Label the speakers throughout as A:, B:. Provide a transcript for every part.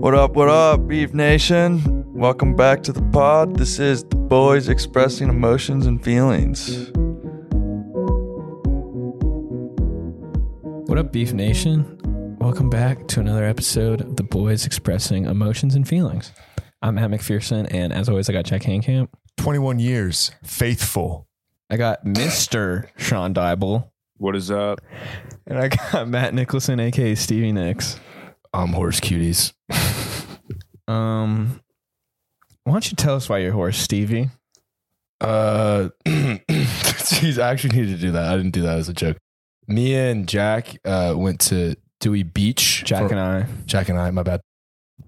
A: What up, what up, Beef Nation? Welcome back to the pod. This is the boys expressing emotions and feelings.
B: What up, Beef Nation? Welcome back to another episode of The Boys Expressing Emotions and Feelings. I'm Matt McPherson, and as always, I got Jack Handcamp.
C: 21 years, faithful.
B: I got Mr. Sean Dybel,
D: What is up?
B: and I got Matt Nicholson, aka Stevie Nicks.
C: I'm horse cuties.
B: Um, why don't you tell us why you're horse, Stevie?
E: Uh, geez, I actually needed to do that. I didn't do that as a joke. Me and Jack uh, went to Dewey Beach.
B: Jack
E: for-
B: and I.
E: Jack and I. My bad.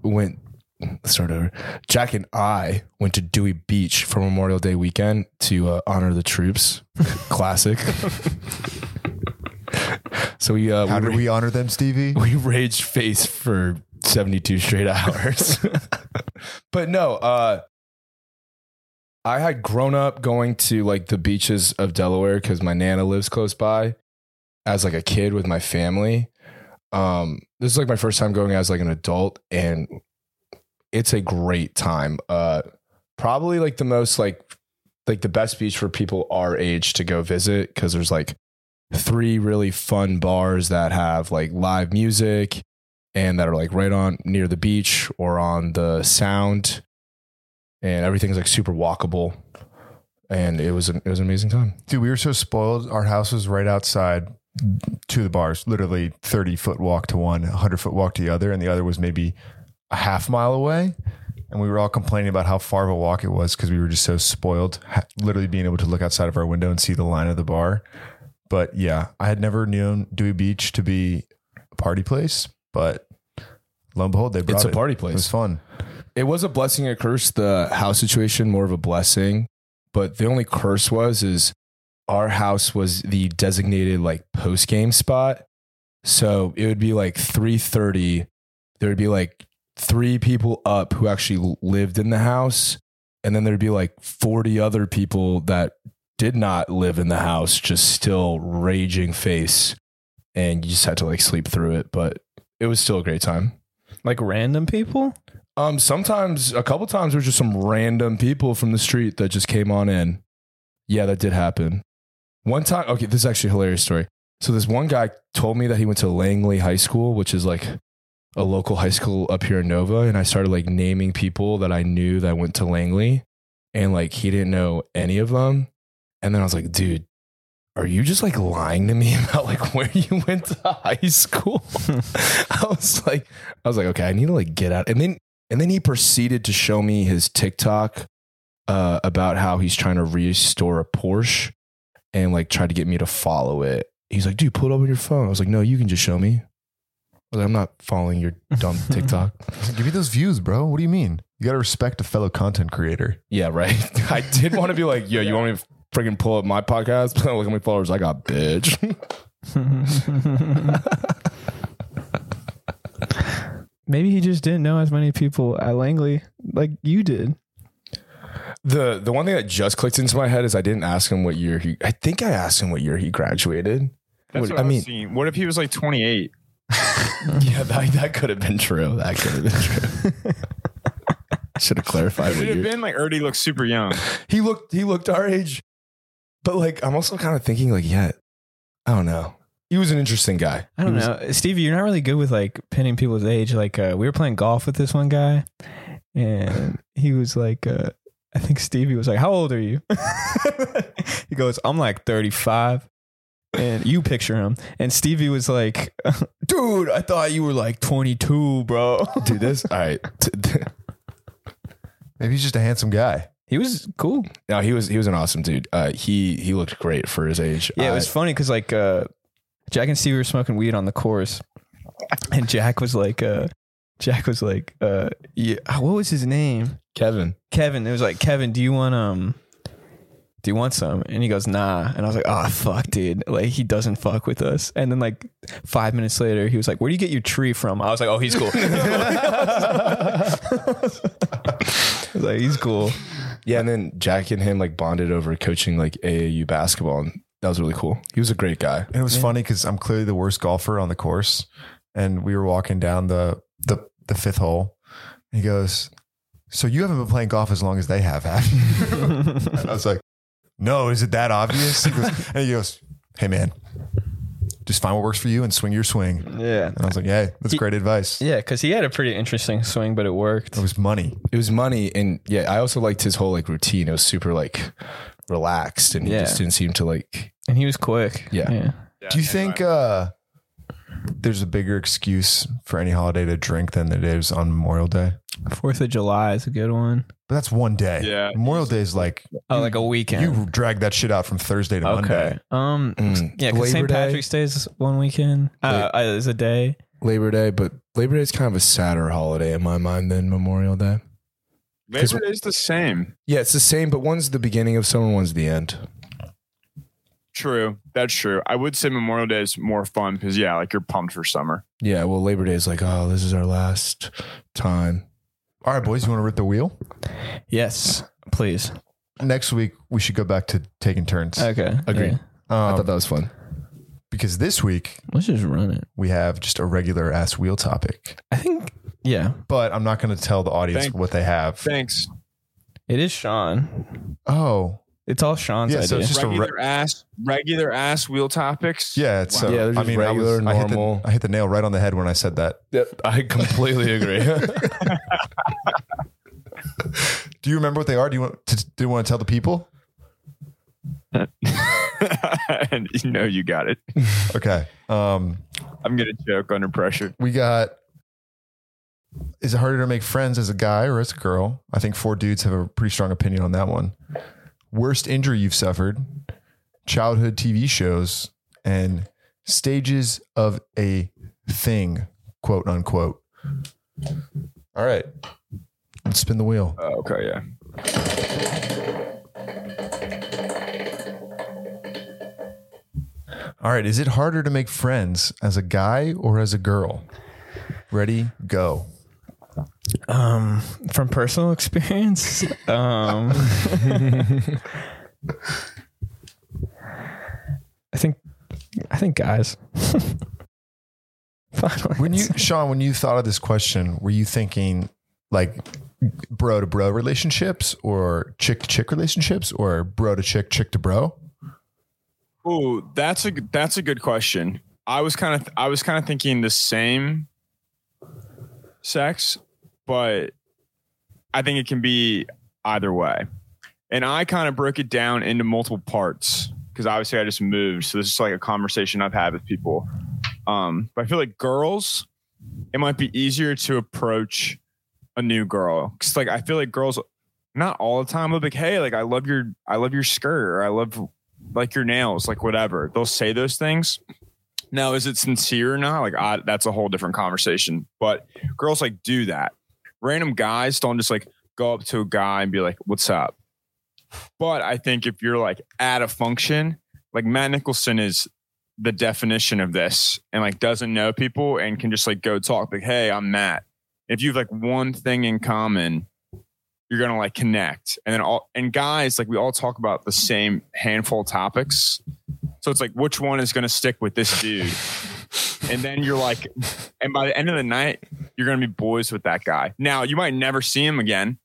E: Went. Let's start over. Jack and I went to Dewey Beach for Memorial Day weekend to uh, honor the troops. Classic. so we uh,
C: How
E: we,
C: did we honor them, Stevie?
E: we raged face for 72 straight hours. but no, uh I had grown up going to like the beaches of Delaware cuz my nana lives close by as like a kid with my family. Um this is like my first time going as like an adult and it's a great time. Uh probably like the most like like the best beach for people our age to go visit cuz there's like three really fun bars that have like live music and that are like right on near the beach or on the sound and everything's like super walkable and it was an, it was an amazing time
C: Dude, we were so spoiled. Our house was right outside to the bars, literally 30 foot walk to one, 100 foot walk to the other, and the other was maybe a half mile away. And we were all complaining about how far of a walk it was because we were just so spoiled, ha- literally being able to look outside of our window and see the line of the bar. But yeah, I had never known Dewey Beach to be a party place, but lo and behold, they brought
E: it's a
C: it.
E: party
C: It was
E: place
C: fun.
E: it was a blessing and a curse the house situation more of a blessing but the only curse was is our house was the designated like post game spot so it would be like 3.30 there would be like three people up who actually lived in the house and then there'd be like 40 other people that did not live in the house just still raging face and you just had to like sleep through it but it was still a great time
B: Like random people?
E: um, sometimes a couple times there's just some random people from the street that just came on in. Yeah, that did happen. One time, okay, this is actually a hilarious story. So this one guy told me that he went to Langley High School, which is like a local high school up here in Nova, and I started like naming people that I knew that went to Langley, and like he didn't know any of them. And then I was like, dude, are you just like lying to me about like where you went to high school? I was like, I was like, okay, I need to like get out. And then and then he proceeded to show me his TikTok uh, about how he's trying to restore a Porsche and like tried to get me to follow it. He's like, dude, pull it up on your phone. I was like, no, you can just show me. I was like, I'm not following your dumb TikTok.
C: Give me those views, bro. What do you mean? You got to respect a fellow content creator.
E: yeah, right. I did want to be like, yo, you want me to freaking pull up my podcast? But look how many followers I got, bitch.
B: Maybe he just didn't know as many people at Langley like you did.
E: the the one thing that just clicked into my head is I didn't ask him what year he. I think I asked him what year he graduated.
D: That's
E: What-
D: what
E: I
D: I
E: mean-
D: was seeing. What if he was like 28?
E: Yeah, that, that could have been true. That could have been true. Should have clarified what
D: It'd have
E: you.
D: been like Erdy looks super young.
E: He looked. He looked our age, but like I'm also kind of thinking like, yeah, I don't know. He was an interesting guy.
B: I don't
E: He was-
B: know, Stevie. You're not really good with like pinning people's age. Like uh, we were playing golf with this one guy, and he was like, uh, I think Stevie was like, "How old are you?" he goes, "I'm like 35." And you picture him, and Stevie was like, "Dude, I thought you were like 22, bro."
E: Dude, this all right.
C: Maybe he's just a handsome guy.
B: He was cool.
E: no, he was he was an awesome dude. Uh, he he looked great for his age.
B: Yeah, it
E: I-
B: was funny because like uh, Jack and Stevie were smoking weed on the course, and Jack was like, uh, Jack was like, uh, yeah, what was his name?
E: Kevin.
B: Kevin. It was like Kevin, do you want um, do you want some? And he goes, nah. And I was like, oh fuck, dude, like he doesn't fuck with us. And then like five minutes later, he was like, where do you get your tree from? I was like, oh, he's cool. I was like, he's cool.
E: Yeah, and then Jack and him like bonded over coaching like AAU basketball, and that was really cool. He was a great guy.
C: And it was
B: Yeah.
C: funny because I'm clearly the worst golfer on the course. And we were walking down the the, the fifth hole He goes, So you haven't been playing golf as long as they have, have you? And I was like, No, is it that obvious? He goes, and he goes, Hey, man, just find what works for you and swing your swing. And
B: yeah.
C: I was like, Hey, that's great advice.
B: Yeah, because he had a pretty interesting swing, but it worked.
C: It was money.
E: It was money, and yeah, I also liked his whole like routine. It was super like relaxed, and he
B: Yeah.
E: just didn't seem to like.
B: And he was quick.
E: Yeah.
D: Yeah,
C: Do you
D: and
C: think
D: I-
C: uh, there's a bigger excuse for any holiday to drink than it is on Memorial Day?
B: Fourth of July is a good one.
C: But that's one day.
D: Yeah.
C: Memorial Day is like
B: Oh, like a weekend.
C: you drag that shit out from Thursday to Monday.
B: okay. Um.
E: Mm.
B: Yeah, because St. Patrick's Day is one weekend. Uh, uh, is a day.
E: Labor Day, but Labor Day is kind of a sadder holiday in my mind than Memorial Day.
D: Labor Day's the same.
E: Yeah, it's the same, but one's the beginning of summer, one's the end.
D: True, that's true. I would say Memorial Day is more fun because yeah, like you're pumped for summer.
E: Yeah, well, Labor Day is like, oh, this is our last time.
C: All right, boys, you want to rip the wheel?
B: Yes, please.
C: Next week we should go back to taking turns.
B: Okay.
E: Agreed.
B: Yeah.
E: I
C: Um,
E: thought that was fun.
C: because this week
B: Let's just run it.
C: we have just a regular ass wheel topic,
B: I think. Yeah,
C: but I'm not going to tell the audience
D: Thank-
C: what they have.
D: Thanks.
B: it is Sean.
C: oh,
B: It's all Sean's
C: Yeah, so
B: idea.
C: it's just a re-
D: regular ass, regular ass wheel topics.
C: yeah. It's,
E: Wow. Yeah,
C: uh,
E: they're
C: I
E: just
C: mean, I,
E: regular,
C: was, I hit the,
E: normal.
C: I hit the nail right on the head when I said that.
E: I completely agree.
C: Do you remember what they are? Do you want to, do you want to tell the people?
D: and you know you got it.
C: Okay. Um,
D: I'm gonna choke under pressure.
C: we got. Is it harder to make friends as a guy or as a girl? I think four dudes have a pretty strong opinion on that one. Worst injury you've suffered, childhood TV shows, and stages of a thing, quote unquote. All right. Let's spin the wheel.
D: Oh, okay, yeah.
C: All right. Is it harder to make friends as a guy or as a girl? Ready, go.
B: um, from personal experience. um, I think. I think guys. Final
C: When you
B: answer.
C: Sean, when you thought of this question, were you thinking like bro to bro relationships or chick to chick relationships or bro to chick, chick to bro?
D: Ooh, that's a that's a good question. I was kind of I was kind of thinking the same sex, but I think it can be either way. And I kind of broke it down into multiple parts because obviously I just moved, so this is like a conversation I've had with people. Um, but I feel like girls, it might be easier to approach a new girl because like I feel like girls, not all the time, but like hey, like I love your I love your skirt or I love like your nails, like whatever. They'll say those things. Now, is it sincere or not? Like, I, that's a whole different conversation. But girls like do that. Random guys don't just like go up to a guy and be like, "What's up?" But I think if you're like at a function, like Matt Nicholson is the definition of this, and like doesn't know people and can just like go talk like, "Hey, I'm Matt." If you have like one thing in common, you're gonna like connect and then all and guys like we all talk about the same handful of topics so it's like which one is gonna stick with this dude and then you're like and by the end of the night you're gonna be boys with that guy now you might never see him again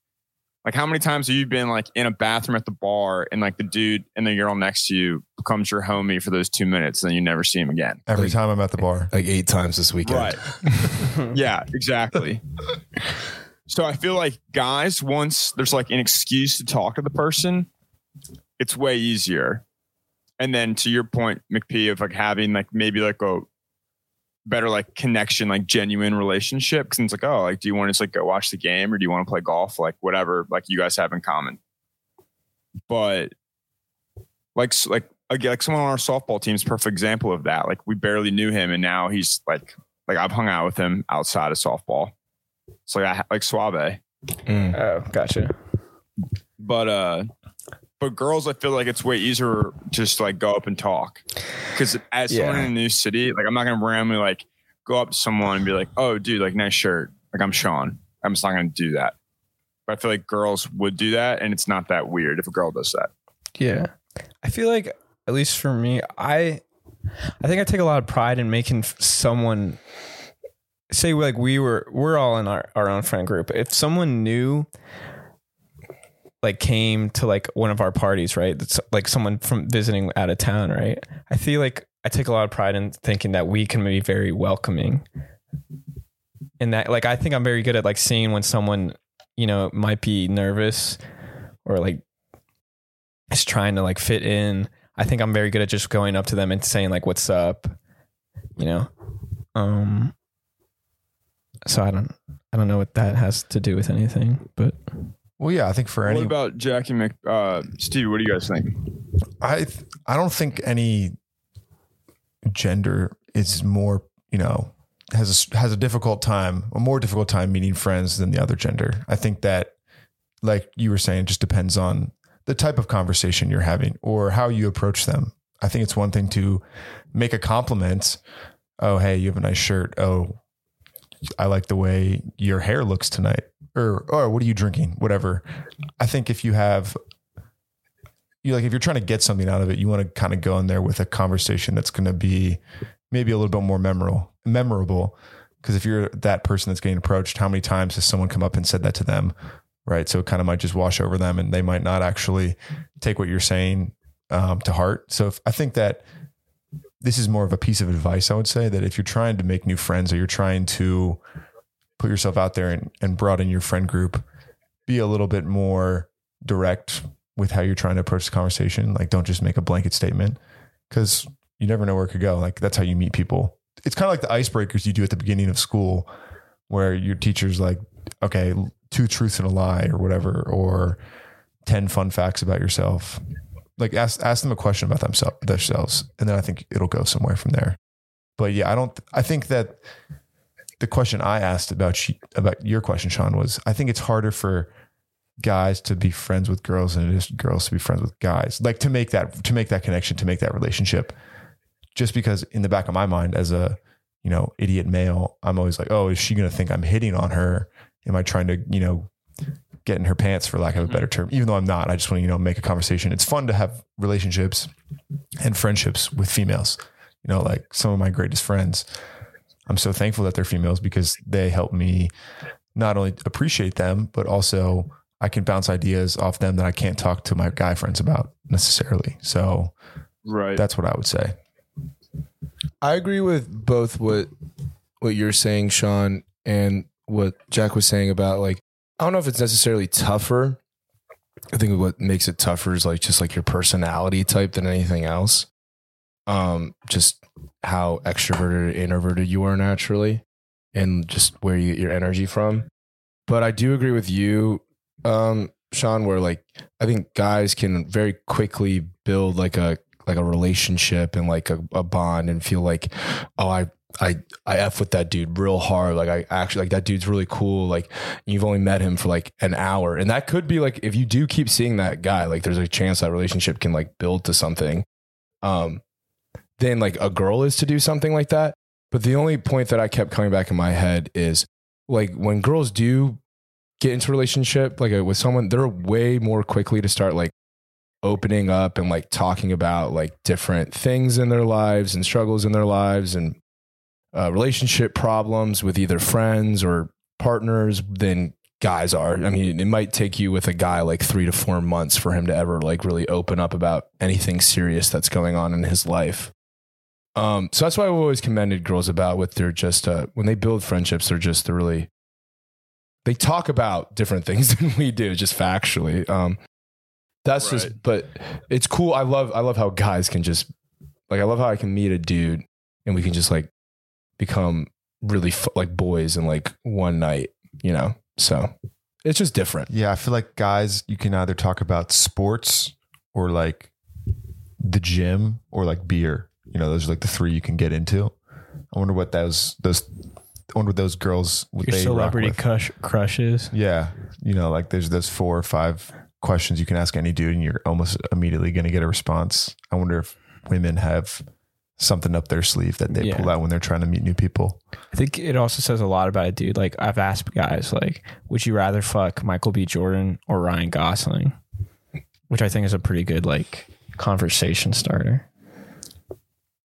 D: like how many times have you been like in a bathroom at the bar and like the dude and the girl next to you becomes your homie for those two minutes and then you never see him again
C: Every
E: Like-
C: time I'm at the bar.
E: like eight times this weekend.
D: Right. yeah, exactly. so I feel like guys, once there's like an excuse to talk to the person, it's way easier. And then to your point, McP, of like having like maybe like a better like connection, like genuine relationship. Cause it's like, oh, like, do you want to just like go watch the game or do you want to play golf? Like, whatever, like you guys have in common. But like, s- like, again, like someone on our softball team is a perfect example of that. Like, we barely knew him and now he's like, like I've hung out with him outside of softball. It's like I like Suave.
E: Mm.
B: oh, gotcha.
D: But uh but girls I feel like it's way easier just to, like go up and talk. Cause as someone
B: Yeah.
D: in a new city, like I'm not gonna randomly like go up to someone and be like, Oh dude, like nice shirt. Like I'm Sean. I'm just not gonna do that. But I feel like girls would do that and it's not that weird if a girl does that.
B: Yeah. I feel like at least for me, I I think I take a lot of pride in making f- someone say like we were we're all in our, our own friend group if someone new like came to like one of our parties right that's like someone from visiting out of town right i feel like i take a lot of pride in thinking that we can be very welcoming and that like i think i'm very good at like seeing when someone you know might be nervous or like is trying to like fit in i think i'm very good at just going up to them and saying like what's up you know um so I don't I don't know what that has to do with anything, but
C: Well, yeah, I think for
D: What
C: any,
D: about Jackie Mc, uh, Stevie? What do you guys think?
C: I th- I don't think any gender is more you know has a, s- has a difficult time a more difficult time meeting friends than the other gender. I think that like you were saying, it just depends on the type of conversation you're having or how you approach them. I think it's one thing to make a compliment. Oh, hey, you have a nice shirt. Oh, I like the way your hair looks tonight. Or, or what are you drinking? Whatever. I think if you have you like if you're trying to get something out of it, you want to kind of go in there with a conversation that's going to be maybe a little bit more memorable. Memorable, because if you're that person that's getting approached, how many times has someone come up and said that to them, right? So it kind of might just wash over them, and they might not actually take what you're saying um, to heart. So if, I think that this is more of a piece of advice I would say that if you're trying to make new friends or you're trying to put yourself out there and, and broaden your friend group, be a little bit more direct with how you're trying to approach the conversation. Like, don't just make a blanket statement because you never know where it could go. Like, that's how you meet people. It's kind of like the icebreakers you do at the beginning of school, where your teacher's like, okay, two truths and a lie, or whatever, or 10 fun facts about yourself. Like, ask, ask them a question about themselves, themselves. And then I think it'll go somewhere from there. But yeah, I don't, I think that the question I asked about, you- about your question, Sean, was I think it's harder for, guys to be friends with girls and it is girls to be friends with guys like to make that to make that connection to make that relationship just because in the back of my mind as a you know idiot male i'm always like oh is she going to think i'm hitting on her am i trying to you know get in her pants for lack of a better term even though i'm not i just want to you know make a conversation it's fun to have relationships and friendships with females you know like some of my greatest friends i'm so thankful that they're females because they help me not only appreciate them but also I can bounce ideas off them that I can't talk to my guy friends about necessarily. So
D: Right.
C: that's what I would say.
E: I agree with both what what you're saying, Sean, and what Jack was saying about like I don't know if it's necessarily tougher. I think what makes it tougher is like just like your personality type than anything else. Um, just how extroverted or introverted you are naturally and just where you get your energy from. But I do agree with you, um, Sean, where like I think guys can very quickly build like a like a relationship and like a, a bond and feel like oh i i i f with that dude real hard like i actually like that dude's really cool like you've only met him for like an hour and that could be like if you do keep seeing that guy like there's a chance that relationship can like build to something um then like a girl is to do something like that but the only point that i kept coming back in my head is like when girls do get into a relationship like uh, with someone they're way more quickly to start like opening up and like talking about like different things in their lives and struggles in their lives and uh, relationship problems with either friends or partners than guys are. I mean, it might take you with a guy like three to four months for him to ever like really open up about anything serious that's going on in his life. Um, so that's why I've always commended girls about with their just uh, when they build friendships, they're just they're really they talk about different things than we do, just factually. Um, that's just,
D: Right.
E: but it's cool. I love I love how guys can just like I love how I can meet a dude and we can just like become really f- like boys in like one night, you know. So it's just different.
C: Yeah, I feel like guys, you can either talk about sports or like the gym or like beer. You know, those are like the three you can get into. I wonder what those those I wonder what those girls what
B: your
C: they
B: celebrity
C: rock with.
B: crush crushes.
C: Yeah. You know, like there's those four or five questions you can ask any dude and you're almost immediately gonna get a response. I wonder if women have something up their sleeve that they
B: Yeah.
C: pull out when they're trying to meet new people.
B: I think it also says a lot about a dude. Like I've asked guys, like, would you rather fuck Michael B. Jordan or Ryan Gosling? Which I think is a pretty good like conversation starter.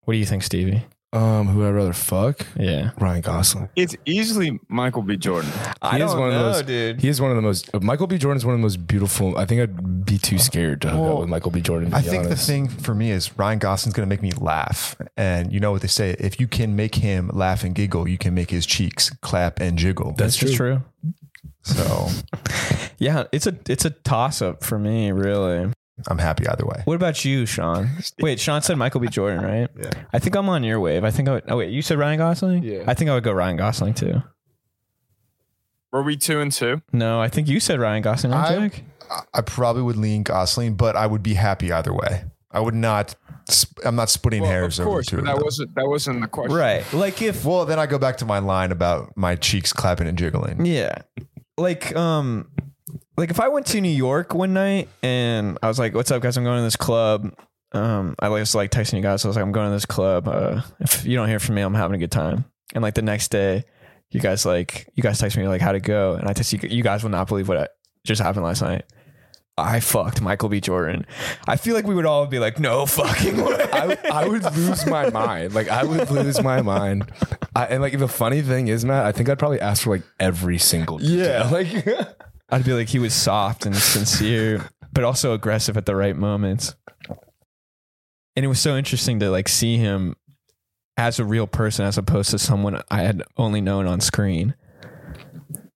B: What do you think, Stevie?
E: Um, who would I rather fuck?
B: Yeah.
E: Ryan Gosling.
D: It's easily Michael B. Jordan.
E: I don't know,
A: dude.
E: He is one of the most. uh, Michael B. Jordan is one of the most beautiful. I think I'd be too scared to hook up
C: Well,
E: with Michael B. Jordan. To
C: I
E: be
C: think the
E: honest.
C: thing for me is Ryan Gosling's going to make me laugh. And you know what they say if you can make him laugh and giggle, you can make his cheeks clap and jiggle.
E: that's true.
B: true.
C: So
B: Yeah, it's a it's a toss up for me, really.
C: I'm happy either way.
B: What about you, Sean? Wait, Sean said Michael B. Jordan, right? Yeah. I think I'm on your wave. I think I would. Oh wait, you said Ryan Gosling.
E: Yeah.
B: I think I would go Ryan Gosling too.
D: Were we two and two?
B: No, I think you said Ryan Gosling, right,
C: I-
B: Jack?
C: I- I probably would lean Gosling, but I would be happy either way. I would not. sp- I'm not splitting hairs
D: of course,
C: over
D: but
C: two.
D: that
C: of them.
D: wasn't that wasn't the question.
B: Right. Like if
C: well, then I go back to my line about my cheeks clapping and jiggling.
B: yeah, like um, like if I went to New York one night and I was like, "What's up, guys? I'm going to this club." Um, I was like texting you guys. I was like, "I'm going to this club. Uh, if you don't hear from me, I'm having a good time." And like the next day, you guys like you guys text me like how to go, and I text you. You guys will not believe what I, just happened last night. I fucked Michael B. Jordan. I feel like we would all be like, "No fucking way."
E: I, I would lose my mind. Like I would lose my mind. I, and like the funny thing is, Matt, I think I'd probably ask for like every single.
B: Yeah, like I'd be like he was soft and sincere, but also aggressive at the right moments. And it was so interesting to like see him as a real person as opposed to someone I had only known on screen.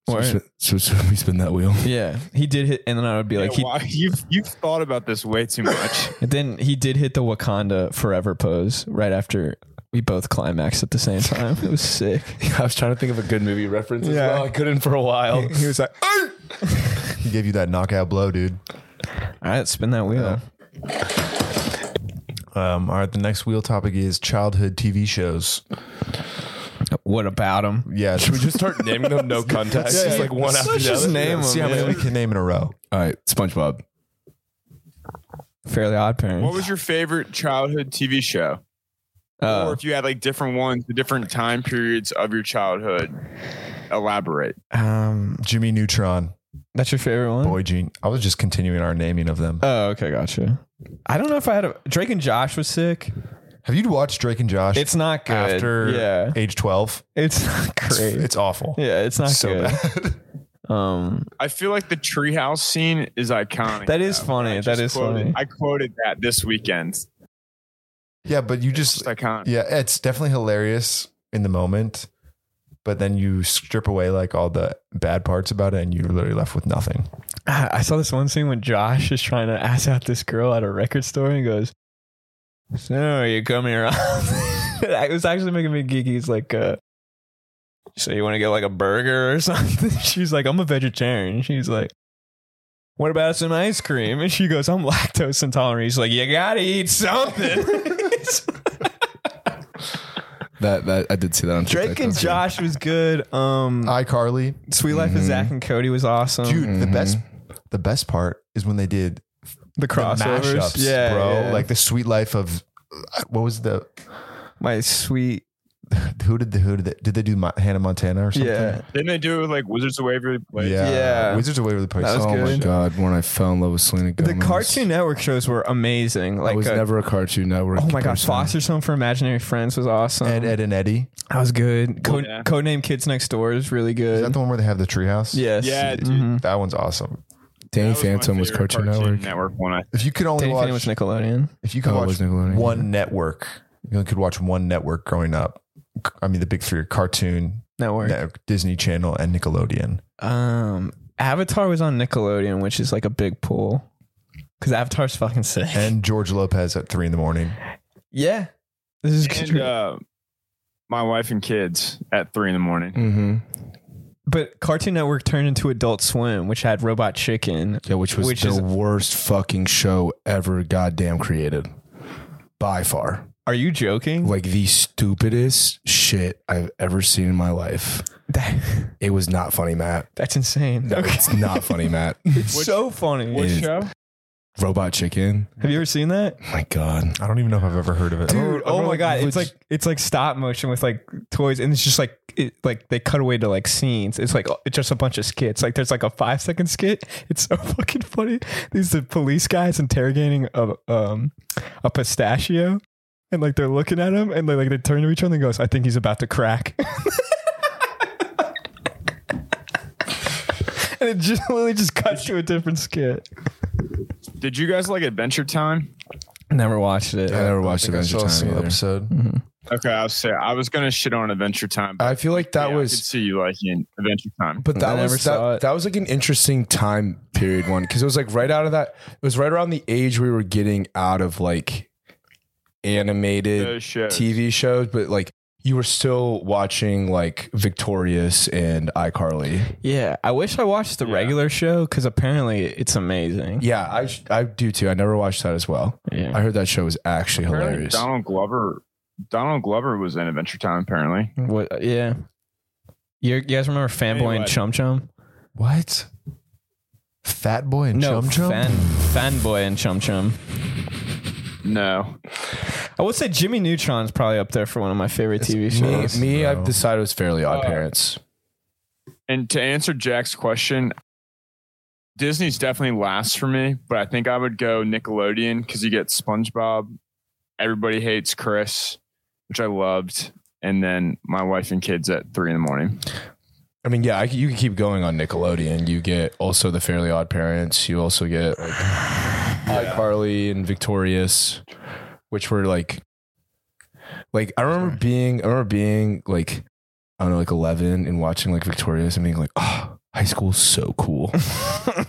E: So,
B: Or-
E: so, so we spin that wheel.
B: yeah, he did hit, and then I would be like,
D: Yeah,
B: he
D: why- you've you've thought about this way too much.
B: and then he did hit the Wakanda Forever pose right after we both climaxed at the same time. It was sick.
E: I was trying to think of a good movie reference as
B: Yeah.
E: well. I couldn't for a while.
B: He was like,
C: He gave you that knockout blow, dude.
B: "All right, spin that wheel."
C: Um, all right, the next wheel topic is childhood TV shows.
B: What about him?
C: Yeah,
E: Should we just start naming them? No context.
C: Yeah,
E: just
C: yeah.
E: like one
B: Let's
E: after the
B: just
E: other.
B: name 'em,
C: see how many we can name in a row?
E: All right, SpongeBob.
B: Fairly Odd Parents.
D: what was your favorite childhood TV show?
B: Oh.
D: or if you had like different ones, the different time periods of your childhood. Elaborate.
B: Um,
C: Jimmy Neutron,
B: that's your favorite one.
C: Boy Gene. I was just continuing our naming of them.
B: Oh, okay, gotcha. I don't know if I had a Drake and Josh was sick.
C: Have you watched Drake and Josh
B: It's not good.
C: after
B: yeah,
C: age 12?
B: it's not
C: It's,
B: great.
C: it's awful.
B: yeah, it's not
C: so
B: good.
C: bad.
B: Um,
D: I feel like the treehouse scene is iconic.
B: That is
D: though.
B: funny.
D: I just
B: That is
D: quoted-
B: funny.
D: I quoted that this weekend.
C: yeah, but you
D: It's
C: just
D: iconic.
C: Yeah, it's definitely hilarious in the moment, but then you strip away like all the bad parts about it, and you're literally left with nothing.
B: I I saw this one scene when Josh is trying to ask out this girl at a record store and goes, "So you coming around?" it was actually making me geeky. He's like, uh, "So you want to get like a burger or something?" She's like, "I'm a vegetarian." She's like. What about some ice cream? And she goes, I'm lactose intolerant. He's like, You gotta eat something.
E: That that I did see that on
B: Drake
E: TikTok.
B: and
E: That's good.
B: Josh was good. Um,
C: iCarly,
B: Sweet Life of Zach and Cody was awesome.
C: Mm-hmm. dude, the
E: mhm.
C: best, the best part is when they did
B: the
C: the
B: crossovers,
C: mashups,
B: yeah,
C: bro.
B: yeah.
C: Like the Sweet Life of uh, what was the
B: my sweet,
C: who did the who did they, did they do Mo- Hannah Montana or something?
B: yeah.
D: Didn't they do it with like Wizards of Waverly Place?
C: yeah,
B: Yeah.
C: Wizards away with the place.
B: That was
E: Oh my
B: good.
E: god, when I fell in love with Selena
B: The
E: Gomez.
B: Cartoon Network shows were amazing. Like,
E: I was
B: uh,
E: never a Cartoon Network.
B: oh my gosh,
E: person.
B: Foster's Home for Imaginary Friends was awesome.
C: Ed, Ed, and Eddie.
B: that was good. Co-
D: Yeah.
B: Codename Kids Next Door is really
C: Is
B: good.
C: that the one where they have the treehouse?
B: yes,
D: Yeah, dude.
B: Mhm.
C: that one's awesome.
E: Danny
D: That was my
E: Phantom was
D: favorite
E: Cartoon, Network.
D: one. I-
C: If you could only
B: Danny
C: watch,
B: Phantom was Nickelodeon.
C: if you could
E: Oh, it
C: watch
E: was Nickelodeon, yeah.
C: one network, you could watch one network growing up. I mean, the big three: are cartoon,
B: Network.
C: Network, Disney Channel, and Nickelodeon.
B: Um, Avatar was on Nickelodeon, which is like a big pull because Avatar's fucking sick.
C: And George Lopez at three in the morning.
B: yeah, this is
D: And, uh, my wife and kids at three in the morning.
E: Mm-hmm.
B: But Cartoon Network turned into Adult Swim, which had Robot Chicken.
E: Yeah, which was
B: Which
E: the
B: is-
E: worst fucking show ever goddamn created. By far.
B: Are you joking?
E: Like the stupidest shit I've ever seen in my life.
B: That,
E: It was not funny, Matt.
B: that's insane.
E: No, It's not funny, Matt.
B: It's so funny.
D: What
E: is-
D: show?
E: Robot Chicken.
B: Have you ever seen that?
E: My God.
C: I don't even know if I've ever heard of it.
B: Dude, oh my god, it's
E: leg-
B: like it's like stop motion with like toys and it's just like it, like they cut away to like scenes. It's like it's just a bunch of skits. Like there's like a 5 second skit. It's so fucking funny. These the police guys interrogating a um a pistachio and like they're looking at him and they like they turn to each other and goes, I think he's about to crack. and it just literally just cuts to a different skit.
D: Did you guys like Adventure Time?
B: Never watched it.
E: I never watched
C: I
E: Adventure
C: saw a
E: Time
C: single
E: either.
C: episode.
D: Okay, I was say I was gonna shit on Adventure Time. But
E: I feel like that
D: yeah, I could
E: was,
D: see you liking Adventure Time.
E: but that
B: I never
E: was
B: saw
E: that,
B: it.
E: that was like an interesting time period one because it was like right out of that. It was right around the age we were getting out of like animated
D: Those shows.
E: TV shows, but like you were still watching like Victorious and iCarly.
B: Yeah. I wish I watched the
D: Yeah.
B: regular show because apparently it's amazing.
E: Yeah, I sh- I do too. I never watched that as well.
B: Yeah.
E: I heard that show was actually
D: Apparently
E: hilarious.
D: Donald Glover. Donald Glover was in Adventure Time. Apparently,
B: What, yeah. You're, you guys remember Fanboy
D: Anyway.
B: and Chum Chum?
C: What? Fat boy and
B: No,
C: chum chum.
B: Fan, Fanboy and Chum Chum.
D: no.
B: I would say Jimmy Neutron's probably up there for one of my favorite TV
E: me,
B: shows.
E: me
C: No.
E: I've decided it was Fairly Odd
D: Uh,
E: Parents.
D: And to answer Jack's question, Disney's definitely last for me, but I think I would go Nickelodeon because you get SpongeBob, Everybody Hates Chris, which I loved, and then my wife and kids at three in the morning.
E: I mean, yeah, I, c- you can keep going on Nickelodeon. You get also the Fairly Odd Parents. You also get like iCarly and Victorious, which were like, like I remember being, I remember being like, I don't know, like eleven and watching like Victorious and being like, oh, high school's so cool.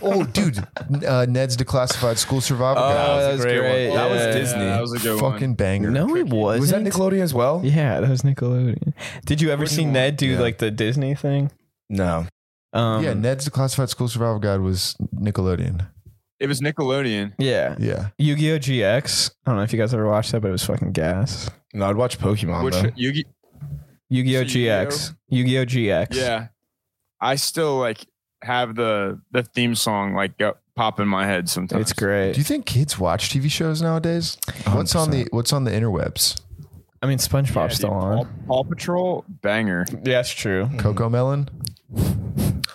C: Oh, dude, uh, Ned's Declassified School Survival.
B: Oh,
C: Guide.
B: that was great.
E: That was
B: yeah.
E: Disney.
D: that was a good
C: Fucking banger.
B: No, he wasn't.
E: Was that Nickelodeon as well?
B: Yeah, that was Nickelodeon. Did you ever see Ned do
C: Yeah.
B: like the Disney thing?
E: No,
B: Um,
C: yeah, Ned's Declassified School Survival Guide was Nickelodeon.
D: It was Nickelodeon.
B: yeah.
C: Yeah.
B: Yu-Gi-Oh GX. I don't know if you guys ever watched that, but it was fucking gas.
E: no, I'd watch Pokemon.
D: Which
E: though.
D: you,
B: Yu-Gi-Oh
D: So Yu-Gi-Oh?
B: GX. Yu-Gi-Oh GX.
D: yeah, I still like have the the theme song like go, pop in my head sometimes.
B: It's great.
C: Do you think kids watch TV shows nowadays? What's on the What's on the interwebs?
B: I mean, SpongeBob's
D: Yeah, dude,
B: still
D: Paw,
B: on.
D: Paw Patrol, banger.
B: Yeah, that's true.
C: Coco Melon,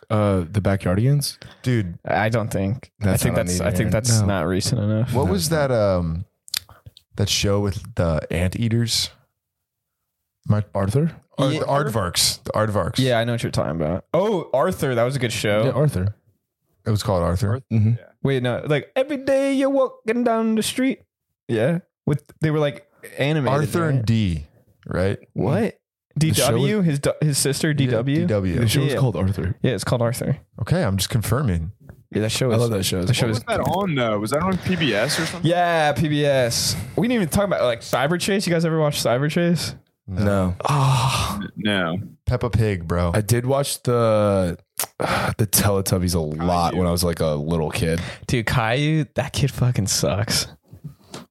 E: uh, the Backyardigans.
C: dude.
B: I don't think.
E: That's
B: I think
E: not on
B: that's.
E: the
B: I think
E: internet.
B: that's
C: No.
B: not recent enough.
C: What was that um that show with the anteaters? My
E: Arthur.
C: Ar-
B: Yeah.
C: the Aardvarks. The Aardvarks.
B: Yeah, I know what you're talking about. Oh, Arthur. That was a good show.
E: Yeah, Arthur.
C: It was called Arthur.
E: Mhm.
B: Wait, no, like every day you're walking down the street. Yeah, with they were like animated.
C: Arthur
B: right?
C: and D, right?
B: what?
E: show
B: DW, his do- his sister DW. Yeah,
C: Yeah, DW.
E: The show was
B: Yeah.
E: called Arthur.
B: it's called Arthur.
C: Okay, I'm just confirming.
B: Yeah, that show.
E: I
B: Is,
E: love that show.
B: That show
D: What
B: is.
D: was that on though? Was that on PBS or something?
B: Yeah, PBS. We didn't even talk about like Cyber Chase. You guys ever watch Cyber Chase?
E: No,
B: Oh,
D: No.
C: Peppa Pig, bro.
E: I did watch the the Teletubbies a lot when I was like a little kid.
B: dude, Caillou, that kid fucking sucks.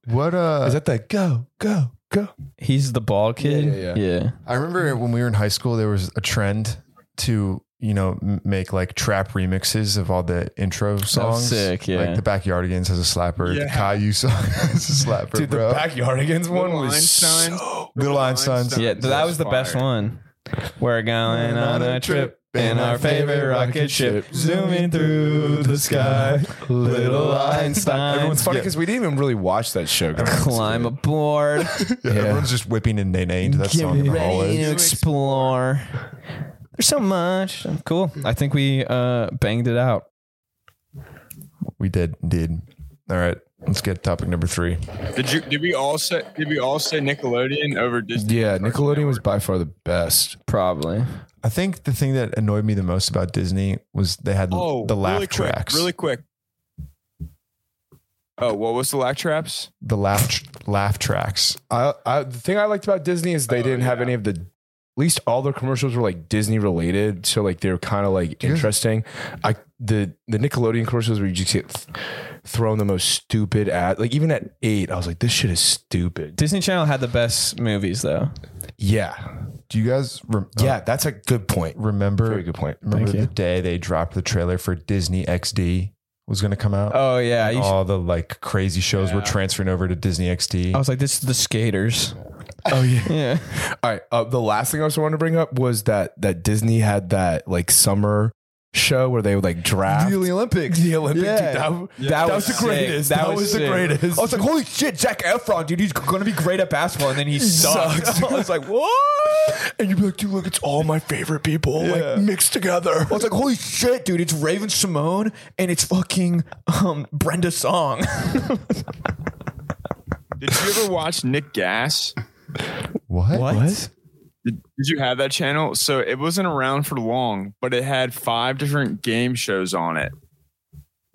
C: what uh
E: Is that the go go go?
B: He's the bald kid.
E: yeah,
C: I remember when we were in high school there was a trend to, you know, m- make like trap remixes of all the intro songs.
B: sick, yeah.
C: Like the Backyardigans has a slapper, the
D: Yeah.
C: Caillou song has a slapper,
E: Dude,
C: bro.
E: the Backyardigans one
D: Little
E: was
D: Einstein.
E: so.
C: Little Einsteins.
D: Einstein.
B: Yeah, th- that was the best
D: Fire.
B: one. We're going on a trip in our favorite rocket ship, zooming through the sky. Little Einstein.
E: Everyone's funny because we didn't even really watch that show. growing up.
B: Climb aboard,
C: Yeah, Everyone's just whipping and nay nay into that song in the
B: ready to
C: hallways.
B: explore. There's so much. Cool. I think we uh, banged it out.
C: We did indeed. All right. Let's get topic number three.
D: Did you? Did we all say? Did we all say Nickelodeon over Disney?
E: Yeah, Nickelodeon was by far the best.
B: Probably.
C: I think the thing that annoyed me the most about Disney was they had the laugh
D: Oh, really quick,
C: tracks.
D: Really quick. Oh, what was the laugh traps?
C: the laugh tr- laugh tracks.
E: I, I the thing I liked about Disney is they didn't have any of the at least all their commercials were like Disney related, so like they were kind of like
C: guys-
E: interesting. I the the Nickelodeon commercials where you just get th- thrown the most stupid ad. Like even at eight, I was like, this shit is stupid.
B: Disney Channel had the best movies, though.
E: Yeah,
C: Do you guys rem- uh,
E: yeah, that's a good point.
C: remember
E: Very good point.
C: remember
B: Thank you.
C: the day they dropped the trailer for Disney XD was going to come out?
B: Oh, yeah. You should-
C: All the like crazy shows were transferring over to Disney XD.
B: I was like, this is the skaters.
E: Oh yeah.
B: Yeah.
E: All right. Uh, the last thing I also wanted to bring up was that that Disney had that like summer show where they would like draft
C: The Olympics.
E: The Olympic.
C: Yeah.
E: dude, that,
B: Yeah.
E: that
B: That
E: was,
B: was
E: the
B: sick.
E: greatest.
B: That
E: That,
B: was
E: was, the
B: sick.
E: greatest.
B: I was like, holy shit, Jack Efron, dude, he's gonna be great at basketball, and then he sucks.
E: sucks.
B: I was like, what?
E: and you'd be like, dude, look, it's all my favorite people
B: Yeah.
E: like mixed together.
B: I was like, holy shit, dude, it's Raven Simone and it's fucking um, Brenda Song.
D: Did you ever watch Nick Gas?
C: What?
D: Did, did you have that channel? So it wasn't around for long, but it had five different game shows on it.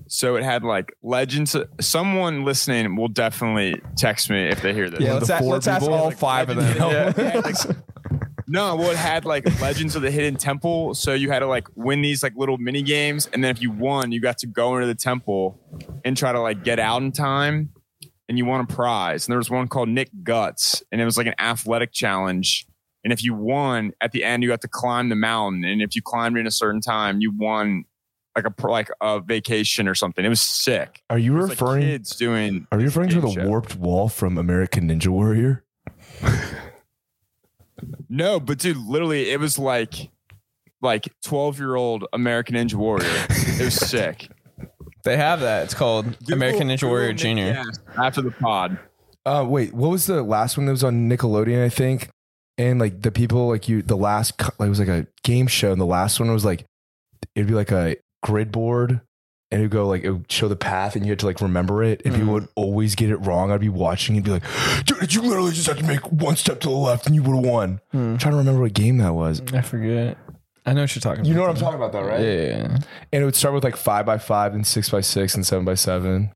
D: So it had like legends. Someone listening will definitely text me if they hear this.
B: Yeah, let's,
E: the
B: ask,
E: four
B: let's ask
E: people?
B: all five of them.
D: Yeah, it had, like- no, well, it had like Legends of the Hidden Temple. So you had to like win these like little mini games, and then if you won, you got to go into the temple and try to like get out in time, and you won a prize. And there was one called Nick Guts, and it was like an athletic challenge. And if you won at the end, you got to climb the mountain, and if you climbed in a certain time, you won like a pro- like a vacation or something. It was sick.
E: Are you
D: It was, like,
E: referring?
D: kids doing
E: are you referring to
D: game
E: the
D: show.
E: warped wall from American Ninja Warrior?
D: No, but dude, literally, it was like like twelve year old American Ninja Warrior. It was sick.
B: They have that. It's called American Ninja
D: Google
B: Warrior
D: Nick
B: Junior.
D: Gas After the pod,
E: Uh, wait, what was the last one that was on Nickelodeon? I think, and like the people, like you, the last co- like, it was like a game show, and the last one was like it'd be like a grid board, and it'd go like it would show the path, and you had to like remember it, and
B: Mm-hmm.
E: people would always get it wrong. I'd be watching and be like, dude, you literally just had to make one step to the left, and you would have won.
B: Hmm.
E: I'm trying to remember what game that was.
B: I forget. I know what you're talking
E: You know what I'm talking about, though, right?
B: Mm-hmm. Yeah.
E: And it would start with like five by five, and six by six, and seven by seven.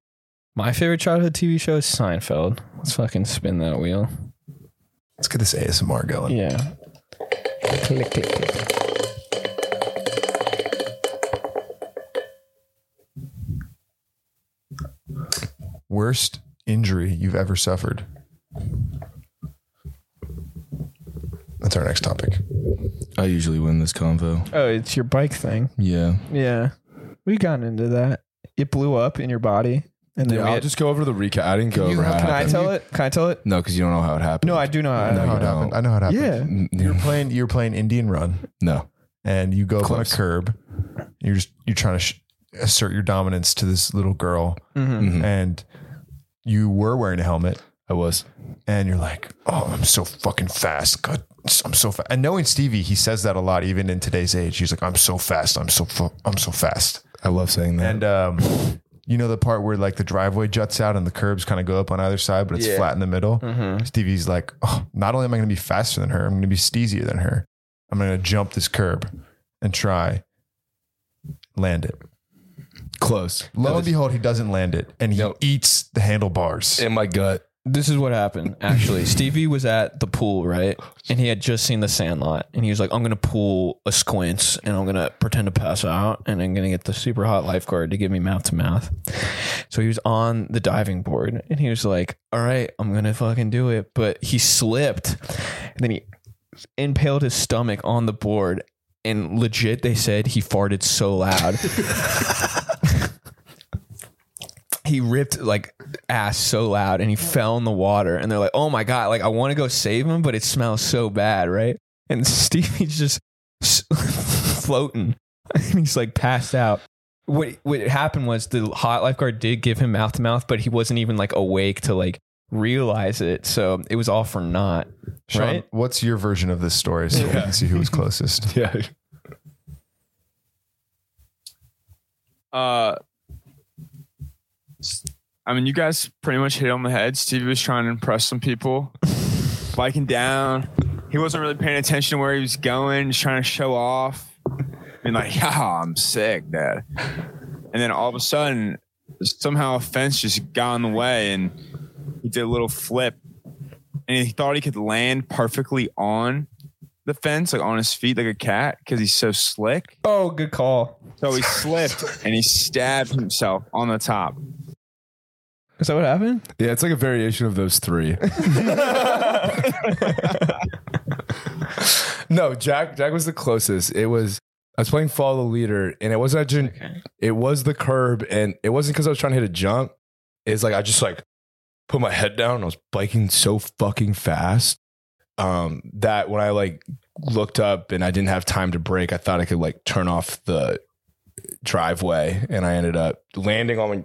B: My favorite childhood TV show is Seinfeld. Let's fucking spin that wheel.
C: Let's get this ASMR going.
B: Yeah. Click, click, click.
C: Worst injury you've ever suffered. That's our next topic.
E: I usually win this convo.
B: Oh, it's your bike thing.
E: Yeah.
B: Yeah. We got into that. It blew up in your body. And then
E: Yeah,
B: we
E: I'll
B: had-
E: just go over the recap. I didn't go
C: you
E: over
C: have-
E: how it
B: Can I
E: happened.
B: tell it? Can I tell it?
E: No, because you don't know how it happened.
B: No, I do not.
E: No,
C: I know how it
E: don't.
C: happened. I know how it happened.
B: yeah.
E: N-
C: You're
E: n-
C: playing. You're playing Indian Run,
E: No.
C: and you go up on a
E: Close.
C: curb. You're just you're trying to sh- assert your dominance to this little girl, and you were wearing a helmet,
E: I was.
C: and you're like, "Oh, I'm so fucking fast. God, I'm so fast." And knowing Stevie, he says that a lot, even in today's age. He's like, "I'm so fast. I'm so fu- I'm so fast."
E: I love saying that.
C: And um, you know the part where like the driveway juts out and the curbs kind of go up on either side, but it's flat in the middle. Stevie's like, oh, not only am I going to be faster than her, I'm going to be steezier than her. I'm going to jump this curb and try land it.
E: Close.
C: Lo and behold, he doesn't land it, and he
E: Nope.
C: eats the handlebars.
E: In my gut.
B: This is what happened. Actually, Stevie was at the pool, right? And he had just seen the Sandlot, and he was like, "I'm gonna pull a squints, and I'm gonna pretend to pass out, and I'm gonna get the super hot lifeguard to give me mouth to mouth." So he was on the diving board, and he was like, "All right, I'm gonna fucking do it," but he slipped, and then he impaled his stomach on the board, and legit, they said he farted so loud. he ripped like ass so loud and he fell in the water and they're like oh my god like i want to go save him but it smells so bad right and stevie's just s- floating and he's like passed out what what happened was the hot lifeguard did give him mouth to mouth but he wasn't even like awake to like realize it so it was all for naught
C: Sean,
B: right
C: what's your version of this story so we can see who was closest?
E: Yeah.
D: uh, I mean, you guys pretty much hit it on the head. Stevie was trying to impress some people, biking down. He wasn't really paying attention to where he was going, just trying to show off. And like, yeah, I'm sick, dad. And then all of a sudden, somehow a fence just got in the way and he did a little flip and he thought he could land perfectly on the fence, like on his feet, like a cat, because he's so slick.
B: oh good call
D: So he slipped and he stabbed himself on the top.
B: is that what happened
E: Yeah, it's like a variation of those three. no, Jack Jack was the closest. It was I was playing follow the leader and it wasn't a gen- it was the curb and it wasn't because I was trying to hit a jump. It's like I just like put my head down and I was biking so fucking fast um that when I like looked up and I didn't have time to break, I thought I could like turn off the driveway and I ended up landing on my,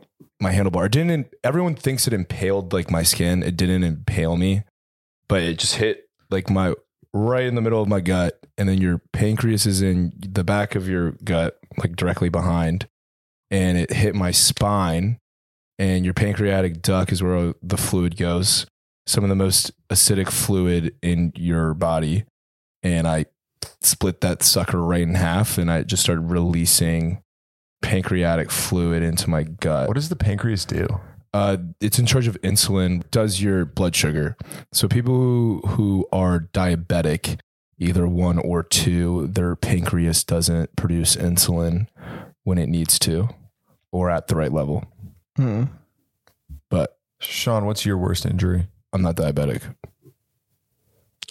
E: my handlebar. It didn't everyone thinks it impaled like my skin. It didn't impale me, but it just hit like my right in the middle of my gut and then your pancreas is in the back of your gut like directly behind and it hit my spine and your pancreatic duct is where the fluid goes. Some of the most acidic fluid in your body and I split that sucker right in half and I just started releasing pancreatic fluid into my gut.
C: What does the pancreas do?
E: Uh, it's in charge of insulin, does your blood sugar. So people who, who are diabetic, either one or two, their pancreas doesn't produce insulin when it needs to or at the right level.
B: Hmm.
E: But
C: Sean, what's your worst injury?
E: I'm not diabetic.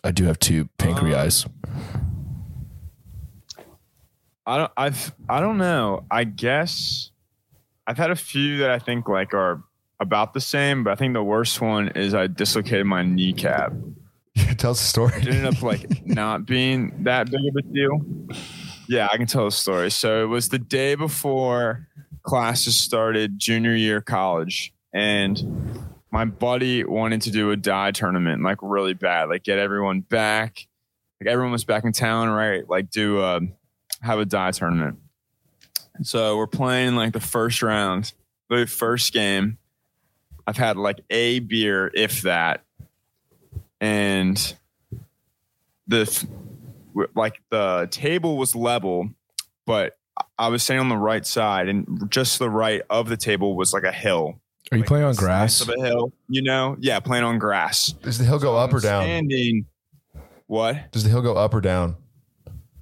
E: I do have two pancreas.
D: Oh. I don't. I've. I don't know. I guess I've had a few that I think like are about the same, but I think the worst one is I dislocated my kneecap.
C: Tell us the story.
D: It ended up like not being that big of a deal. Yeah, I can tell the story. So it was the day before classes started junior year college, and my buddy wanted to do a die tournament like really bad, like get everyone back. Like everyone was back in town, right? Like do um, have a die tournament. So we're playing like the first round, the first game. I've had like a beer, if that, and the f- w- like the table was level, but I- I was sitting on the right side, and just the right of the table was like a hill.
E: Are you
D: Like
E: playing on
D: slice
E: grass?
D: Of a hill, you know? Yeah, playing on grass.
C: Does the hill go up or down?
D: Standing. What?
C: Does the hill go up or down?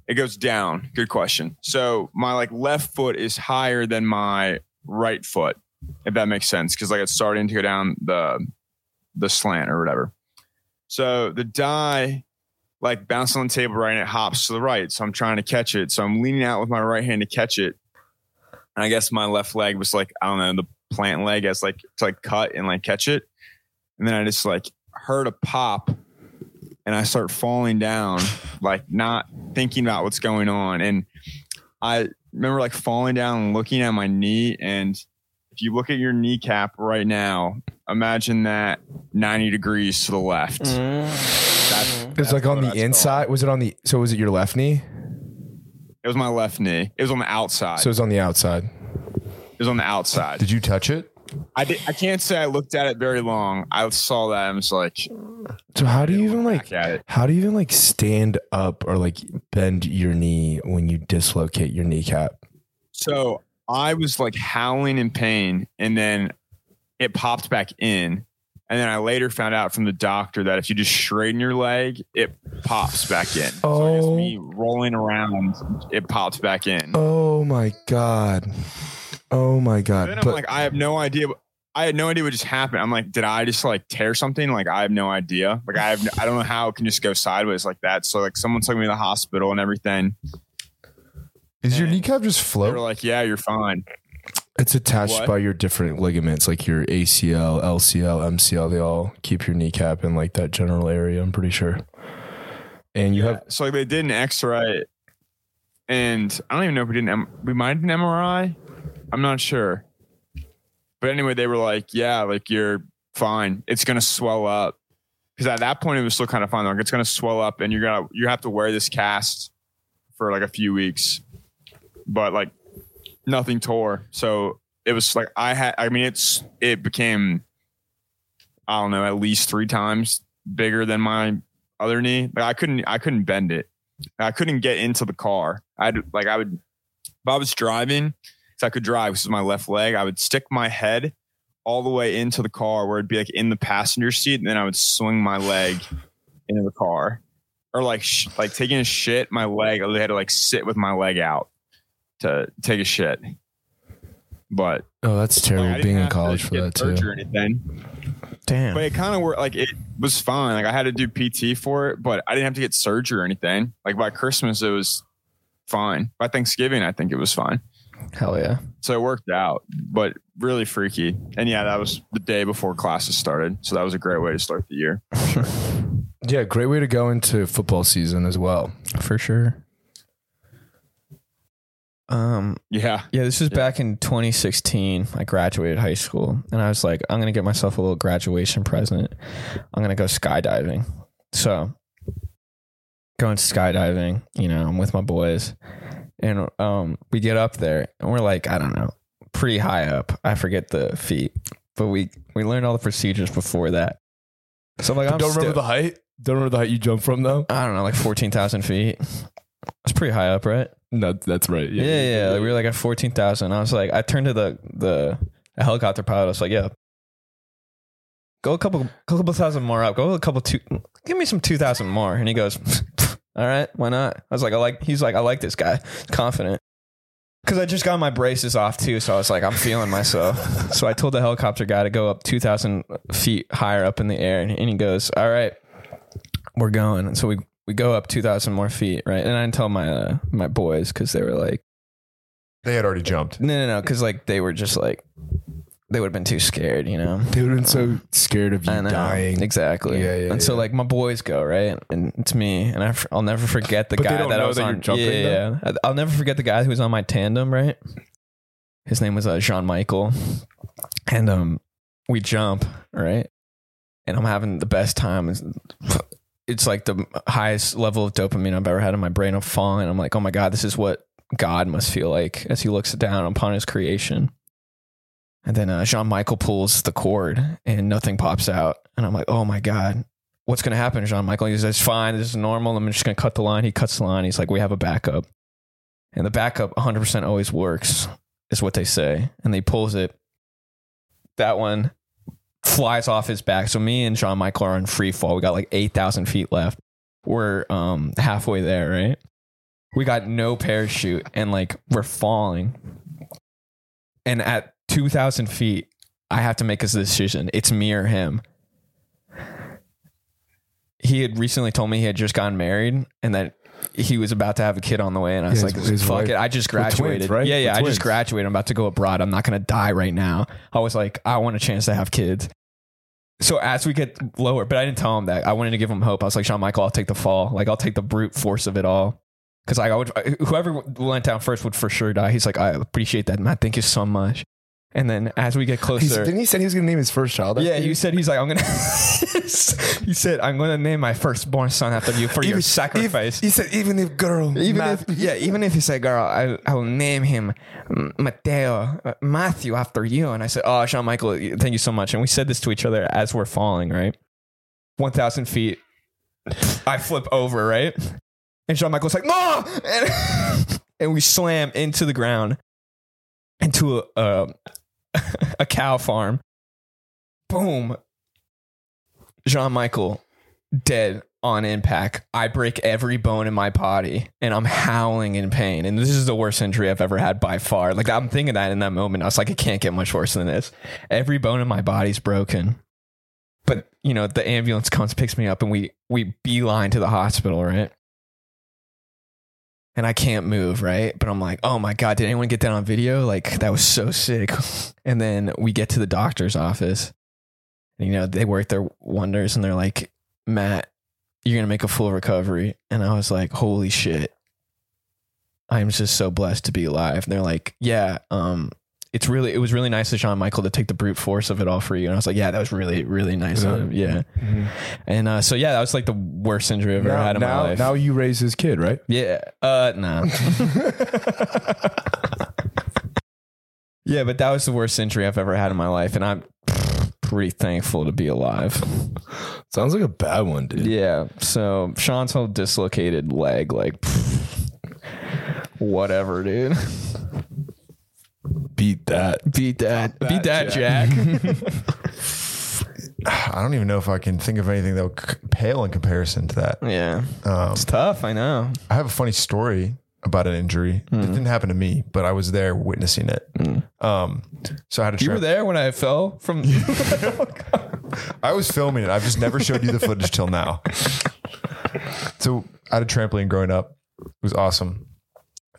D: It goes down. Good question. So my like left foot is higher than my right foot, if that makes sense, because like it's starting to go down the the slant or whatever. So the die like bounced on the table right and it hops to the right. So I'm trying to catch it. So I'm leaning out with my right hand to catch it. And I guess my left leg was like, I don't know, the plant leg as like to like cut and like catch it. And then I just like heard a pop and I start falling down, like not thinking about what's going on. And I remember like falling down and looking at my knee. And if you look at your kneecap right now, imagine that 90 degrees to the left. That's-
E: It's like on
D: what I
E: the
D: saw.
E: inside. Was it on the so was it your left knee?
D: It was my left knee. It was on the outside.
E: So it was on the outside.
D: it was on the outside.
C: Did you touch it?
D: I did, I can't say I looked at it very long. I saw that. I was like,
E: So how do you even like
D: back at it.
E: how do you even like stand up or like bend your knee when you dislocate your kneecap?
D: So I was like howling in pain, and then it popped back in. And then I later found out from the doctor that if you just straighten your leg, it pops back in. So I guess
E: Oh.
D: me rolling around, it popped back in.
E: Oh my god. Oh my
D: then
E: god.
D: I'm
E: But
D: like, I have no idea. I had no idea what just happened. I'm like, did I just like tear something? Like, I have no idea. Like, I have, no, I don't know how it can just go sideways like that. So, like, someone took me to the hospital and everything.
C: Is your
D: Yeah.
C: kneecap just
D: They were
C: float?
D: like, yeah, you're fine.
E: it's attached
D: What?
E: by your different ligaments, like your ACL, LCL, MCL. They all keep your kneecap in like that general area. I'm pretty sure. And you have
D: So, like, they did an x ray and I don't even know if we did an, M- we might have an MRI. I'm not sure. But anyway, they were like, yeah, like, you're fine. It's going to swell up. Cause at that point, it was still kind of fine. Like, it's going to swell up and you're going to, you have to wear this cast for like a few weeks. But like, nothing tore. So it was like, I had, I mean, it's, it became, I don't know, at least three times bigger than my other knee. Like, I couldn't, I couldn't bend it. I couldn't get into the car. I'd like I would if I was driving, so I could drive because my left leg, I would stick my head all the way into the car where it'd be like in the passenger seat, and then I would swing my leg into the car. Or like sh- like taking a shit, my leg I had to like sit with my leg out to take a shit. But
E: oh, that's terrible
D: like, I didn't
E: being in
D: have to
E: college for
D: get
E: that
D: surgery
E: too.
D: Or anything
B: Damn.
D: but it kind of worked. Like it was fine. Like I had to do PT for it, but I didn't have to get surgery or anything. Like by Christmas, it was fine. By Thanksgiving, I think it was fine.
B: Hell yeah.
D: So it worked out, but really freaky. And yeah, that was the day before classes started. So that was a great way to start the year.
E: Yeah, great way to go into football season as well.
B: For sure. Um,
D: Yeah.
B: yeah, this was
D: Yeah.
B: back in 2016. I graduated high school, and I was like, I'm gonna get myself a little graduation present. I'm gonna go skydiving. So, going skydiving. You know, I'm with my boys, and um, we get up there, and we're like, I don't know, pretty high up. I forget the feet, but we we learned all the procedures before that. So I'm like, I'm
E: don't
B: still-
E: remember the height. Don't remember the height you jumped from though.
B: I don't know, like 14,000 feet. It's pretty high up, right?
E: No, that's right.
B: Yeah, yeah. Like we were like at 14,000. I was like, I turned to the, the helicopter pilot. I was like, yeah, go a couple, couple thousand more up. Go a couple, two, give me some 2,000 more. And he goes, all right, why not? I was like, I like, he's like, I like this guy. He's confident. Cause I just got my braces off too. So I was like, I'm feeling myself. so I told the helicopter guy to go up 2,000 feet higher up in the air. And, and he goes, all right, we're going. And so we, we go up 2,000 more feet, right? And I didn't tell my, uh, my boys because they were like,
C: They had already jumped.
B: no, no, no, because like they were just like they would have been too scared, you know.
E: They would have been so scared of you
B: I know.
E: dying.
B: exactly.
E: Yeah, yeah,
B: And so
E: yeah.
B: like my boys go right, and it's me, and I, will never forget the
E: But they
B: guy
E: don't
B: that I
E: know
B: was
E: that you're
B: on.
E: jumping,
B: yeah, yeah, yeah. I'll never forget the guy who was on my tandem. Right, his name was uh, Jean Michael, and um, we jump right, and I'm having the best time. It's- It's like the highest level of dopamine I've ever had in my brain. I'm falling. I'm like, oh my god, this is what God must feel like as he looks down upon his creation. And then uh, Jean Michael pulls the cord and nothing pops out. And I'm like, oh my God, what's going to happen, Jean Michael? He says, it's fine. This is normal. I'm just going to cut the line. He cuts the line. He's like, we have a backup. And the backup 100% always works, is what they say. And they pulls it. That one flies off his back. So me and Jean Michael are on free fall. We got like 8,000 feet left. We're um, halfway there, right? We got no parachute and like we're falling and at 2000 feet i have to make a decision it's me or him he had recently told me he had just gotten married and that he was about to have a kid on the way and i was
E: his-
B: like
E: his
B: fuck
E: wife-
B: it i just
E: We're twins,
B: graduated
E: right?
B: yeah yeah
E: We're
B: i
E: twins.
B: just graduated i'm about to go abroad i'm not going to die right now i was like i want a chance to have kids so as we get lower but i didn't tell him that i wanted to give him hope i was like sean michael i'll take the fall like i'll take the brute force of it all because like I would, whoever went down first would for sure die. He's like, I appreciate that, Matt. Thank you so much. And then as we get closer,
C: he said he was going to name his first child?
B: yeah, you said he's like, I'm gonna. he said, I'm gonna name my firstborn son after you for your sacrifice.
C: he said even if girl,
B: even if yeah, even if he said, "Girl, I I will name him M- Mateo uh, Matthew after you," and I said, "Oh, Sean Michael, thank you so much." And we said this to each other as we're falling, right? One thousand feet, I flip over, right? And Sean Michael's like, "No!" And, and we slam into the ground, into a uh, a cow farm. Boom. Jean Michael dead on impact. I break every bone in my body and I'm howling in pain. And this is the worst injury I've ever had by far. Like I'm thinking that in that moment. I was like, it can't get much worse than this. Every bone in my body's broken. But you know, the ambulance comes, picks me up, and we we beeline to the hospital, right? And I can't move, right? But I'm like, oh my God, did anyone get that on video? Like, that was so sick. and then we get to the doctor's office. And, you know, they work their wonders and they're like, Matt, you're gonna make a full recovery. And I was like, holy shit. I'm just so blessed to be alive. And they're like, yeah, um, it's really it was really nice of Sean Michael to take the brute force of it all for you. And I was like, yeah, that was really, really nice of him. Yeah. And uh, so yeah, that was like the worst injury I've ever
E: Mm-hmm. Now,
B: had in
E: now,
B: my life.
E: now you raise his kid, right?
B: Yeah. Uh no. yeah, but that was the worst injury I've ever had in my life and I'm pretty thankful to be alive.
E: Sounds like a bad one, dude.
B: Yeah. So Sean's whole dislocated leg like whatever, dude.
E: Beat that.
B: Beat that. Beat that, Jack.
C: I don't even know if I can think of anything that would c- pale in comparison to that.
B: yeah.
C: Um,
B: It's tough, I know.
C: I have a funny story about an injury.
B: Hmm.
C: It didn't happen to me, but I was there witnessing it. Um, so I had a
B: You
C: trip.
B: were there when I fell from
C: I was filming it. I've just never showed you the footage till now. So I had a trampoline growing up. It was awesome.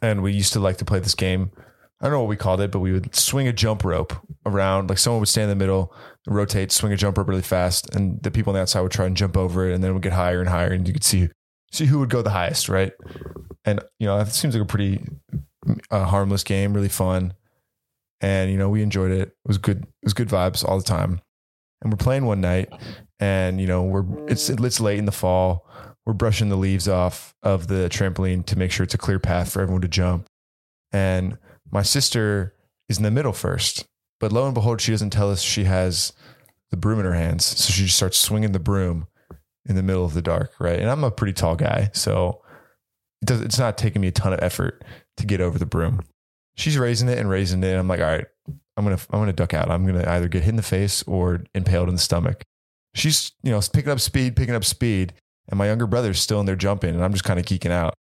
C: And we used to like to play this game. I don't know what we called it, but we would swing a jump rope around. Like someone would stand in the middle, rotate, swing a jump rope really fast, and the people on the outside would try and jump over it, and then it would get higher and higher, and you could see see who would go the highest, right? And you know, that seems like a pretty a harmless game, really fun. And you know, we enjoyed it. It was good. It was good vibes all the time. And we're playing one night, and you know, we're it's it's late in the fall. We're brushing the leaves off of the trampoline to make sure it's a clear path for everyone to jump. And my sister is in the middle first, but lo and behold, she doesn't tell us she has the broom in her hands. So she just starts swinging the broom in the middle of the dark, right? And I'm a pretty tall guy, so it does, it's not taking me a ton of effort to get over the broom. She's raising it and raising it. And I'm like, all right, I'm gonna I'm gonna duck out. I'm gonna either get hit in the face or impaled in the stomach. She's you know picking up speed, picking up speed, and my younger brother's still in there jumping, and I'm just kind of geeking out.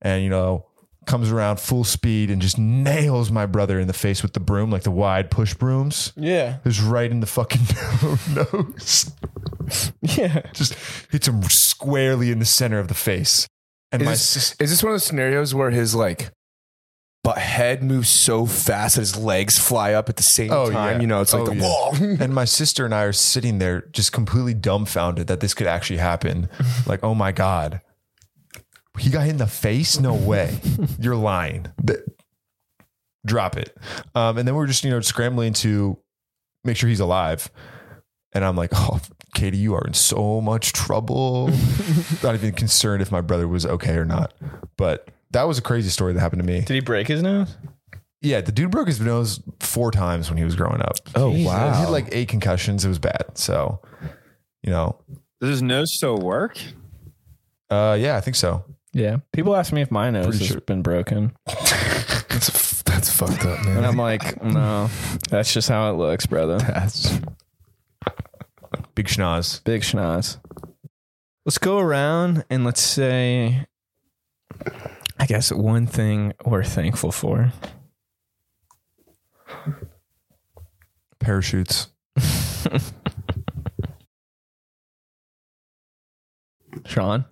C: And you know comes around full speed and just nails my brother in the face with the broom, like the wide push brooms.
B: Yeah.
C: It was right in the fucking nose.
B: Yeah.
C: Just hits him squarely in the center of the face. And
E: Is
C: my
E: this-
C: sis-
E: Is this one of those scenarios where his like but head moves so fast that his legs fly up at the same
C: Oh,
E: time?
C: yeah.
E: You know, it's like
C: Oh,
E: the
C: yeah.
E: wall.
C: and my sister and I are sitting there just completely dumbfounded that this could actually happen. Like, oh my God. He got hit in the face? No way. You're lying. Th- Drop it. Um, and then we're just, you know, scrambling to make sure he's alive. And I'm like, oh, Katie, you are in so much trouble. not even concerned if my brother was okay or not. But that was a crazy story that happened to me.
B: Did he break his nose?
C: Yeah, the dude broke his nose four times when he was growing up.
E: oh
B: Jesus.
C: He had like eight concussions. It was bad. So, you know,
D: Does his nose still work?
C: uh, yeah, I think so.
B: Yeah. People ask me if my nose
C: Pretty
B: has
C: sure.
B: been broken.
E: that's, that's fucked up,
B: And
E: man.
B: I'm like, no, that's just how it looks, brother.
E: That's-
C: Big schnoz.
B: Big schnoz. Let's go around and let's say, I guess, one thing we're thankful for.
C: Parachutes.
B: Sean?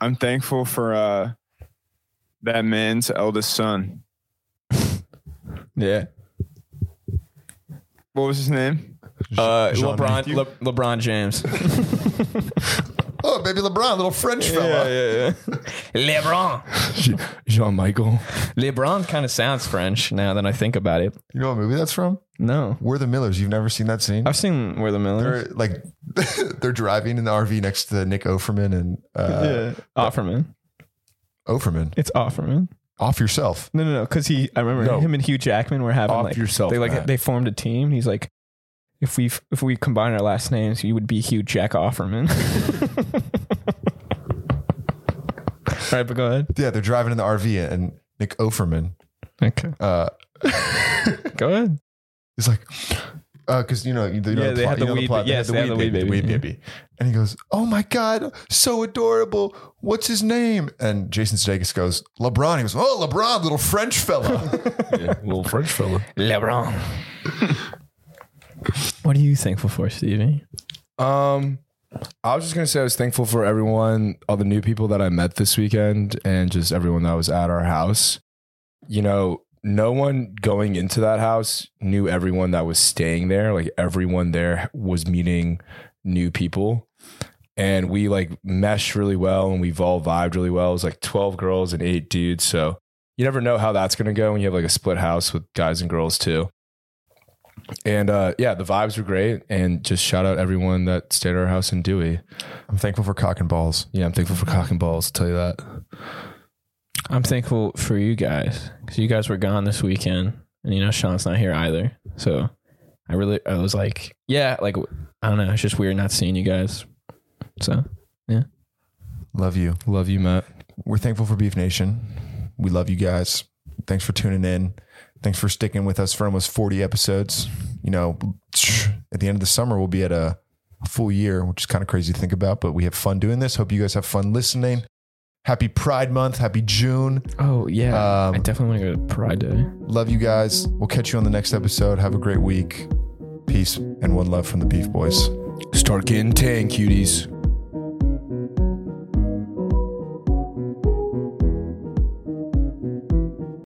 D: I'm thankful for uh, that man's eldest son.
B: Yeah.
D: What was his name?
B: Uh,
C: Jean-
B: LeBron, Le- LeBron James.
C: Oh, baby LeBron, little French fella.
B: yeah, yeah. LeBron.
E: Jean Michael.
B: LeBron kind of sounds French now that I think about it.
C: You know what movie that's from?
B: No.
C: We're the Millers. You've never seen that scene?
B: I've seen Where the Miller
C: They're like they're driving in the RV next to Nick Offerman and uh,
B: Offerman.
C: Offerman.
B: It's Offerman.
C: Off yourself.
B: No, no, no. Because he, I remember
E: No.
B: him and Hugh Jackman were having
E: Off
B: like
E: yourself,
B: They like
E: Matt.
B: they formed a team. and He's like, if we if we combine our last names, you would be Hugh Jack Offerman. All right, but go ahead.
C: Yeah, they're driving in the RV and Nick Offerman
B: Okay,
C: uh,
B: go ahead.
C: He's like, because you know, you know
B: Yeah,
C: the
B: they had
C: plot,
B: the
C: you know
B: wee-
C: plot,
B: yes, they had the wee
C: the
B: baby,
C: wee baby, and he goes, "Oh my god, so adorable! What's his name?" And Jason Sudeikis goes, "LeBron." He goes, "Oh, LeBron, little French fella."
E: little French fella.
B: LeBron. what are you thankful for, Stevie?
E: Um, I was just gonna say I was thankful for everyone, all the new people that I met this weekend, and just everyone that was at our house. You know, no one going into that house knew everyone that was staying there. Like everyone there was meeting new people, and we like meshed really well, and we've all vibed really well. It was like twelve girls and eight dudes, so you never know how that's gonna go when you have like a split house with guys and girls too. And uh, yeah, the vibes were great. And just shout out everyone that stayed at our house in Dewey.
C: I'm thankful for cock and balls.
E: Yeah, I'm thankful for cock and balls. I'll tell you that.
B: I'm thankful for you guys because you guys were gone this weekend, and you know Sean's not here either. So I really, I was like, yeah, like I don't know, it's just weird not seeing you guys. So
C: Love you.
E: Love you, Matt.
C: We're thankful for Beef Nation. We love you guys. Thanks for tuning in. Thanks for sticking with us for almost 40 episodes. You know, at the end of the summer, we'll be at a full year, which is kind of crazy to think about, but we have fun doing this. Hope you guys have fun listening. Happy Pride Month. Happy June.
B: oh yeah,
C: Um,
B: I definitely want to go to Pride Day.
C: Love you guys. We'll catch you on the next episode. Have a great week. Peace and one love from the Beef Boys.
E: Start getting tan, cuties.